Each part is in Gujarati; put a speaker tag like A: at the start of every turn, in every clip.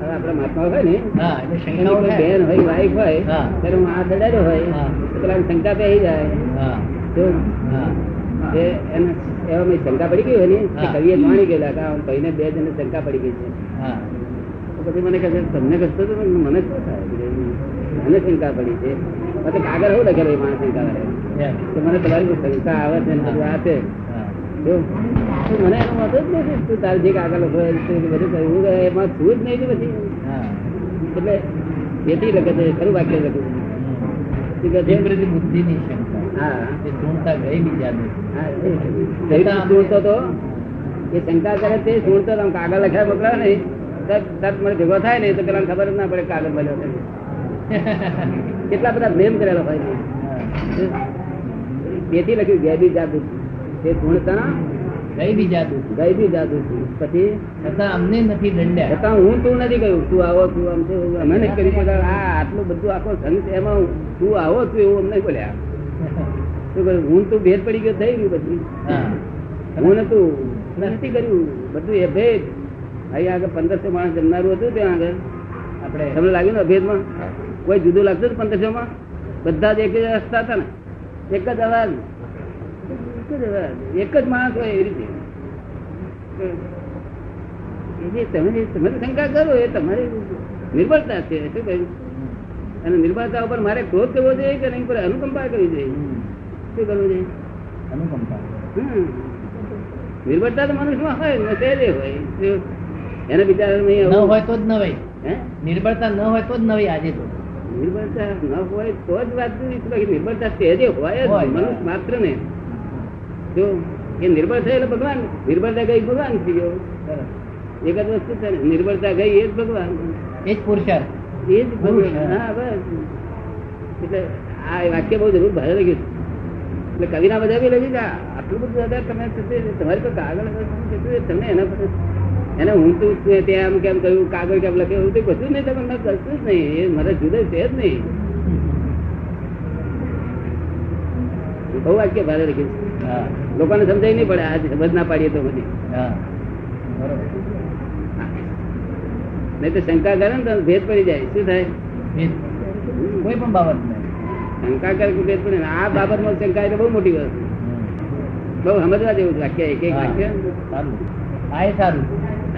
A: આપણા મહાત્મા હોય ને
B: હા, એટલે શંકા
A: એની કોઈ
B: થાય.
A: બેન હોય વાઈફ હોય
B: હા.
A: ત્યારે હું આ ચડાડ્યો હોય
B: હા.
A: તો પેલા શંકા બેસી જાય
B: હા,
A: તો
B: હા,
A: એ એને એવા મેં શંકા પડી ગઈ હોય ને તે
B: હા.
A: કવિએ જાણી ગયેલા કે આમ ભાઈને બે જણને શંકા પડી ગઈ છે
B: હા.
A: તો પછી મને કહે છે, તમને કહેતો હતો પણ મને શું થાય મને શંકા પડી છે આ તો કાગળ હું લખેલો એ માણસ શંકા કરે
B: એમ.
A: તો મને તમારી કોઈ શંકા આવે છે ને બધું આ છે
B: હા.
A: જો, તો મને એનો મત જ નથી તું તારે જે કાગળ લખો એ તે બધું કહ્યું. હું કહે, એમાં છું જ નહીં ને પછી
B: હા.
A: એટલે તેથી લખે છે ખરું વાક્ય લખું
B: હમ.
A: તું કહે છે,
B: વિપરીત બુદ્ધિની શંકા
A: હા
B: એ શૂળતા ગઈ બીજા
A: હા, એ દૈવી સુરતો તો એ શંકા કરે તે સુરતો તો આમ કાગળ લખ્યા મોકલાવે ને તરત તરત મને ભેગો થાય ને તો પેલા ખબર જ ના પડે કાગળ મળ્યો છે. કેટલા બધા બ્લેમ કરેલા હોય છે. તેથી લખ્યું ગેબી જાદુ તે સુરતા
B: ગઈ બીજા
A: ગયબી જાદુ પછી
B: છતાં અમને નથી દંડ્યા
A: છતાં હું તું નથી કહ્યું તું આવો તું આમ છે એવું અમે નહીં કર્યું પણ આ આટલું બધું આખો સંઘ છે એમાં તું આવો છું એવું અમને બોલ્યા શું કહ્યું હું તું ભેદ પડી ગયો થઈ ગયું પછી
B: હા.
A: હું નતું મેં નથી કર્યું બધું એ ભેદ અહીંયા આગળ પંદરસો માણસ જમનારું હતું ત્યાં આગળ
B: આપણે
A: તમને લાગ્યું ને અભેદમાં કોઈ જુદું લાગતું પંદરસો માં બધા જ એક જ હસતા હતા ને એક જ અવાજ એક જ અવાજ એક જ માણસ હોય એવી રીતે એ જે તમે જે- તમે જે શંકા કરો એ તમારી નિર્બળતા છે શું કહ્યું અને નિર્બળતા ઉપર મારે ક્રોધ કરવો જોઈએ કે નહીં પર અનુકંપા કરવી જોઈએ
B: હમ.
A: શું કરવું જોઈએ
B: અનુકંપા
A: હમ. નિર્બળતા તો મનુષ્યમાં હોય ને સહેજે હોય શું? એને બિચારાને અહીં
B: ન
A: આવું-
B: હોય તો જ નવાઈ
A: હે
B: નિર્બળતા ન હોય તો જ નવાઈ આજે તો
A: નિર્બળતા ન હોય તો જ વાત કરીશ. બાકી નિર્બળતા સહેજે હોય જ
B: હોય.
A: મનુષ્ય માત્ર ને જો એ નિર્બળ થયેલો ભગવાન નિર્બળતા ગઈ ભગવાન થઈ ગયો
B: સરસ.
A: એક જ વસ્તુ છે ને નિર્બળતા ગઈ એ જ ભગવાન
B: એ જ પુરુષાર્થ
A: એ જ ભગવાન
B: પુરુષ, હા.
A: હા બસ એટલે આ વાક્ય બહુ જરૂર ભારે લાગ્યું એટલે કવિના બધા બી લખી ગયા આટલું બધું આધાર તમે થશે, તમારી પર કાગળ આગળ શું થશે? તમે એના પર એને હું તું છું તે આમ કેમ કહ્યું કાગળ કેમ લખ્યું એવું તે કશું જ નહીં તમે મેં કશું જ નહીં એ મારા જુદા છે જ નહીં બહુ વાક્ય ભારે લખ્યું છે.
B: હા
A: લોકોને સમજાય નહીં પડે આજે સમજ ના પાડીએ તો બધી
B: હા બરોબર
A: નહીં તો શંકા કરે ને તો ભેદ પડી જાય શું થાય
B: ભેદ. કોઈ પણ બાબત
A: શંકા કરે કે ભેદ પડે ને આ બાબતમાં શંકા એ તો બહુ મોટી વસ્તુ બહુ સમજવા જેવું છે વાક્ય એક એક વાક્ય
B: સારું આ એ સારું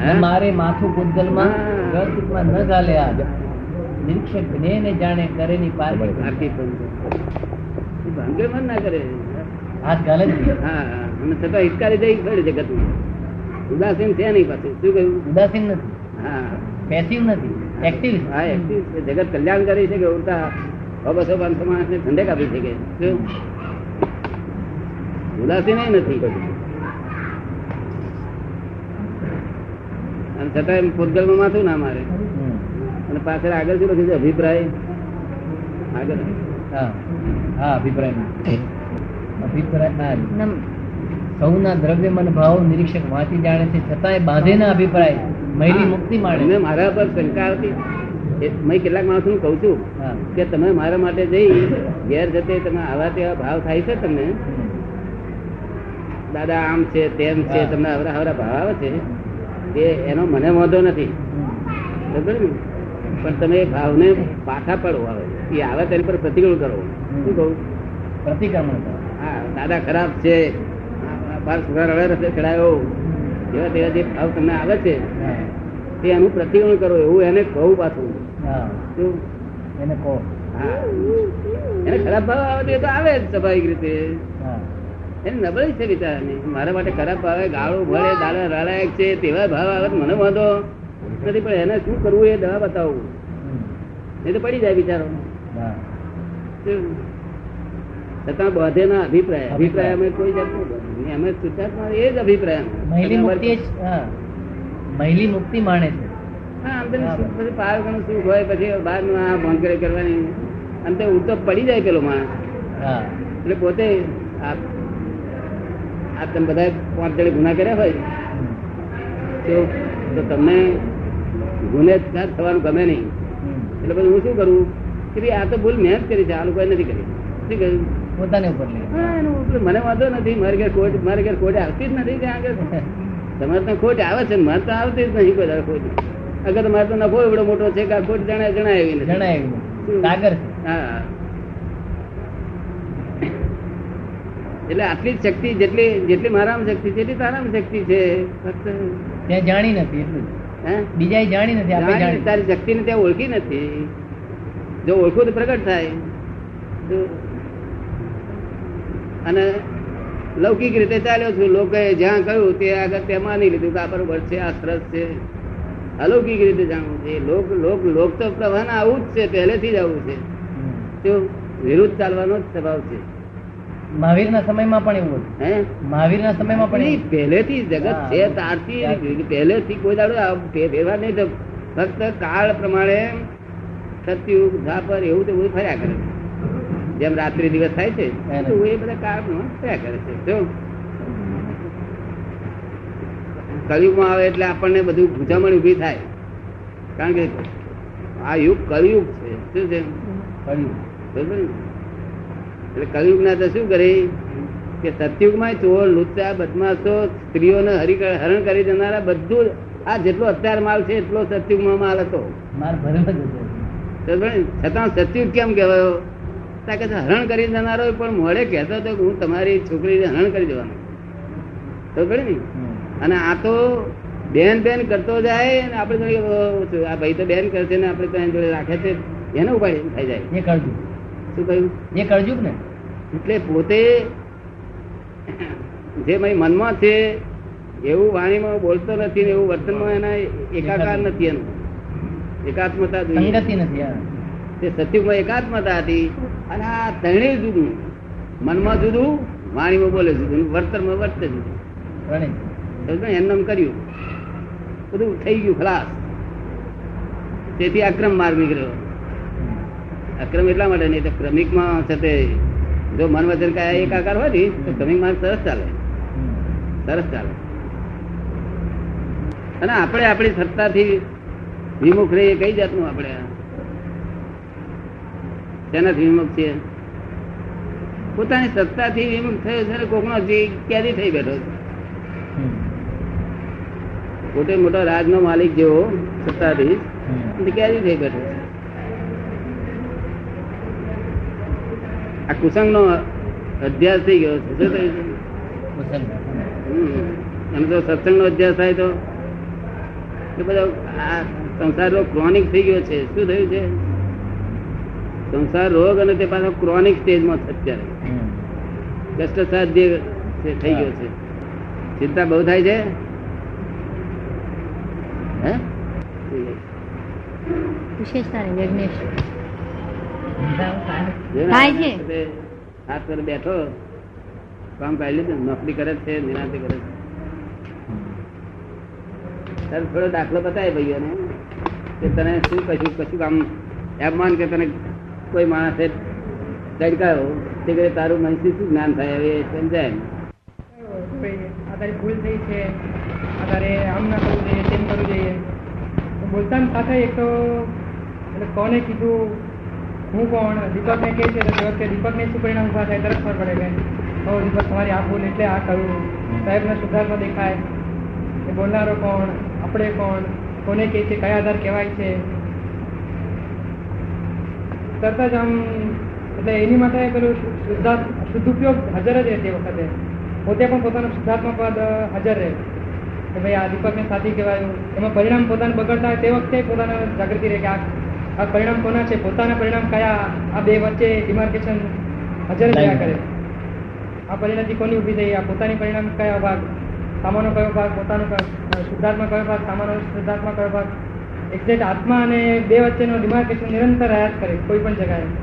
A: હે?
B: મારે માથું ગુંદલમાં
A: હા.
B: ગળતૂથમાં ન ઝાલે આજ નિરીક્ષક જ્ઞેને જાણે કરેની પારખી.
A: આરતી પણ છે. એ ભાંગે મન ના કરે
B: હાથ ગાલે જ નહીં.
A: હા હા. અને છતાં હિતકારી થઈ પડે જગતમાં ઉદાસીન છે નહીં પાછું શું કહ્યું
B: ઉદાસીન નથી
A: હા
B: પેસિવ નથી એક્ટિવ છે.
A: હા active છે. જગત કલ્યાણ કરે છે કે ઉડતા સો બસો પાંચસો માણસને ઠંડક આપી શકે શું ઉદાસીન ય નથી અને છતાં એમ પોતગલમાં માથું ના મારે
B: હમ.
A: અને પાછળ આગળ શું લખ્યું છે અભિપ્રાય આગળ
B: હા હા અભિપ્રાય અભિપ્રાય હા. સૌના દ્રવ્યમન ભાવ નિરીક્ષક વાંચી જાણે છે છતાંય બાંધેના અભિપ્રાય મહિલી મુક્તિ
A: મેં
B: માણે
A: મારા પર શંકા હતી એ મેં કેટલાક માણસ હું કહું છું
B: હા.
A: કે તમે મારા માટે જઈ ઘેર જતે તમે આવા તેવા ભાવ થાય છે તમને દાદા આમ છે તેમ છે
B: હા.
A: તમને અવરા અવરા ભાવ આવે છે એ એનો મને વાંધો નથી બરાબર ને પણ તમે એ ભાવને પાછા પડો આવે એ આવે તેની પર પ્રતિકૂળ કરો શું કહું
B: પ્રતિક્રમણ કરો.
A: હા દાદા ખરાબ છે બાર સુધાર હવે રસ્તે ચડાયો એવા તેવા જે ભાવ તમને આવે છે
B: હા.
A: એ એનું પ્રતિકૂળ કરો એવું એને કહું પાછું
B: હા.
A: શું
B: એને કહો
A: હા. એને ખરાબ ભાવ આવે તો એ તો આવે જ સ્વાભાવિક રીતે
B: હા.
A: એને નબળી છે બિચારાની મારા માટે ખરાબ ભાવ આવે ગાળો ભળે દાડા રાડાયક છે તેવા ભાવ આવે તો મને વાંધો નથી પણ એને શું કરવું એ દવા બતાવું
B: હમ.
A: એ તો પડી જાય બિચારો
B: હા.
A: શું? છતાં બધે ના અભિપ્રાય અભિપ્રાય
B: અભિપ્રાય.
A: અમે કોઈ જાતનું બધું નહીં. અમે શુદ્ધાત્મા એ જ અભિપ્રાય અમે.
B: મહિલી
A: અને
B: મુક્તિ
A: અમારે-
B: એ જ- હા. મહિલી મુક્તિ માણે છે
A: હા, આમ તેનું સુખ પછી પાર ઘણું સુખ હોય પછી બહારનું આ ભોંકરે કરવાની અને તે ઉડતો પડી જાય પેલો માણસ
B: હા
A: એટલે પોતે આ આ તમે બધા પાંચ જણે ગુના કર્યા હોય
B: હમ.
A: તો તો તમને ગુનેગાર થવાનું ગમે નહીં
B: હમ.
A: એટલે પછી હું શું કરું કે ભાઈ આ તો ભૂલ મેં જ કરી છે આ લોકોએ નથી કરી શું કહ્યું
B: પોતાને ઉપર લે
A: હા, એનું એટલે મને વાંધો નથી મારે ઘેર ખોટ મારે ઘેર ખોટ આવતી જ નથી ત્યાં આગળ તમારે ત્યાં ખોટ આવે છે ને મારે તો આવતી જ નહીં કોઈ દાડો ખોટ અગર મારે તો નફો એવડો મોટો છે કે આખો જણાય જણાય એવી નથી.
B: જણાય એવું નથી. સાગર છે.
A: હા એટલે આટલી જ શક્તિ જેટલી જેટલી મારામાં શક્તિ છે એટલી તારામાં શક્તિ છે ફક્ત
B: ત્યાં જાણી નથી એટલું
A: હે
B: બીજા જાણી નથી આપણે
A: જાણી
B: જાણી
A: તારી શક્તિ ને ત્યાં ઓળખી નથી જો ઓળખું તો પ્રગટ થાય જો અને લૌકિક રીતે ચાલ્યો છું લોકોએ જ્યાં કહ્યું તે આગળ તેમાં નહીં લીધું કે આ બરોબર છે આ સરસ છે અલૌકિક રીતે જાણવું છે લોક લોક લોક તો પ્રવાહના આવું જ છે પહેલેથી જ આવું છે
B: હમ.
A: તો વિરુદ્ધ ચાલવાનો જ સ્વભાવ છે
B: મહાવીરના સમયમાં પણ એવું હતું
A: હે
B: મહાવીરના સમયમાં પણ
A: નહીં,
B: એવું
A: પહેલેથી જગત
B: હા,
A: છે તારથી પહેલેથી કોઈ દાડો આ ભે- ભેદભાવ નહીં થતો. ફક્ત કાળ પ્રમાણે સતયુગ દ્વાપર એવું તે બધું ફર્યા કરે છે જેમ રાત્રિ દિવસ થાય છે
B: એને.
A: તો એ બધા કાળ પ્રમાણે ફર્યા કરે છે જો કળિયુગમાં આવે એટલે આપણને બધું ગૂંચામણ ઊભી થાય કારણ કે આ યુગ કળિયુગ છે શું છે
B: કર્યું.
A: બરોબર ને? એટલે કળિયુગના તો શું કરે કે સતયુગમાં ચોર લુચ્ચા બદમાશો સ્ત્રીઓને હરિક- હરણ કરી દેનારા બધું જ આ જેટલો અત્યાર માલ છે એટલો સતયુગમાં માલ હતો
B: માર ભરેલો જ હતો.
A: બરોબર ને? છતાં સતયુગ કેમ કહેવાયો તા કે હરણ કરી દેનારો પણ મોડે કહેતો હતો કે હું તમારી છોકરીને હરણ કરી દેવાનો ખબર ને
B: હમ.
A: અને આ તો બેન બેન કરતો જાય અને આપણે જોડે આ ભાઈ તો બેન કરે છે ને આપણે તો એની જોડે રાખે છે એનો ઉપાય થઈ જાય
B: એ કરજુક.
A: શું કહ્યું
B: એ કરજુક ને
A: એટલે પોતે જે મારી મનમાં છે એવું વાણીમાં બોલતો નથી ને એવું વર્તનમાં એના એકાકાર નથી એનું એકાત્મતા જોઈએ
B: સંગતિ નથી હા.
A: તે સતયુગમાં એકાત્મતા હતી અને આ ત્રણેય જુદું મનમાં જુદું વાણીમાં બોલે જુદું અને વર્તનમાં વર્તે જુદું
B: ત્રણેય.
A: સમજો ને? એમને એમ કર્યું બધું થઈ ગયું ખલાસ તેથી અક્રમ માર્ગ નીકળ્યો અક્રમ એટલા માટે નહીં તો ક્રમિકમાં છે તે જો મન વચન કાયા એકાકાર હોય ને તો ક્રમિક માર્ગ સરસ ચાલે
B: હમ.
A: સરસ ચાલે અને આપણે આપણી સત્તાથી વિમુખ રહીએ કઈ જાતનું આપણે શેનાથી વિમુખ છીએ પોતાની સત્તાથી વિમુખ થયો છે અને કોકનો જી ક્યાંથી થઈ બેઠો છે
B: હમ.
A: મોટે મોટો રાજનો માલિક જેવો સત્તાધીશ
B: હમ.
A: અને ક્યાંથી થઈ બેઠો છે આ કુસંગનો અધ્યાસ થઈ ગયો છે શું થયું છે?
B: કુશલ.
A: હમ. અને જો સત્સંગનો અધ્યાસ થાય તો કે બધો આ સંસાર રોગ ક્રોનિક થઈ ગયો છે શું થયું છે સંસાર રોગ અને તે પાછો ક્રોનિક સ્ટેજમાં છે અત્યારે
B: હમ.
A: કષ્ટ સાધ્ય છે- થઈ ગયો છે ચિંતા બહુ થાય છે હે
B: şey
C: વિશેષતા નહીં વિઘ્નેશ થાય છે.
A: છે હાથ પર બેઠો કામ કાઢી લીધું નોકરી કરે જ છે નિરાંતે કરે છે તારે થોડો દાખલો બતાય ભાઈઓને કે તને શું કશું કશું આમ એમ માન કે તને કોઈ માણસે ચડકાયો તે કરે તારું મનથી શું જ્ઞાન થાય હવે એ સમજાય એમ.
D: આધારે ભૂલ થઈ છે આધારે આમ ના કરવું જોઈએ તેમ કરવું જોઈએ તો બોલતા ને સાથે એક તો એટલે કોને કીધું હું કોણ દીપકને કહે છે તો વખતે દીપકને શું પરિણામ ઊભા થાય તરત ખબર પડે કે ઓ દીપક તમારી આ ભૂલ એટલે આ કરવું સાહેબને સુધારમાં દેખાય કે બોલનારો કોણ આપણે કોણ કોને કહે છે કયા આધાર કહેવાય છે તરત જ આમ એટલે એની માટે પેલું શુદ્ધાત્મ શુદ્ધ ઉપયોગ હાજર જ રહે તે વખતે પોતે પણ પોતાનું શુદ્ધાત્મક પદ અ, હાજર રહે કે ભાઈ આ દીપકને સાથી કહેવાયું એમાં પરિણામ પોતાને બગડતા હોય તે વખતે પોતાને જાગૃતિ રહે કે આ આ પરિણામ કોના છે પોતાના પરિણામ કયા આ બે વચ્ચે ડિમાર્કેશન હાજર જ રહ્યા કરે આ પરિણતિ કોની ઊભી થઈ આ પોતાની પરિણામ કયા ભાગ સામાનો કયો ભાગ પોતાનો કયો શુદ્ધાત્મા કયો ભાગ સામાનો શુદ્ધાત્મા કયો ભાગ એક્ઝેક્ટ આત્મા અને બે વચ્ચેનો ડિમાર્કેશન નિરંતર રહ્યા જ કરે કોઈ પણ જગાએ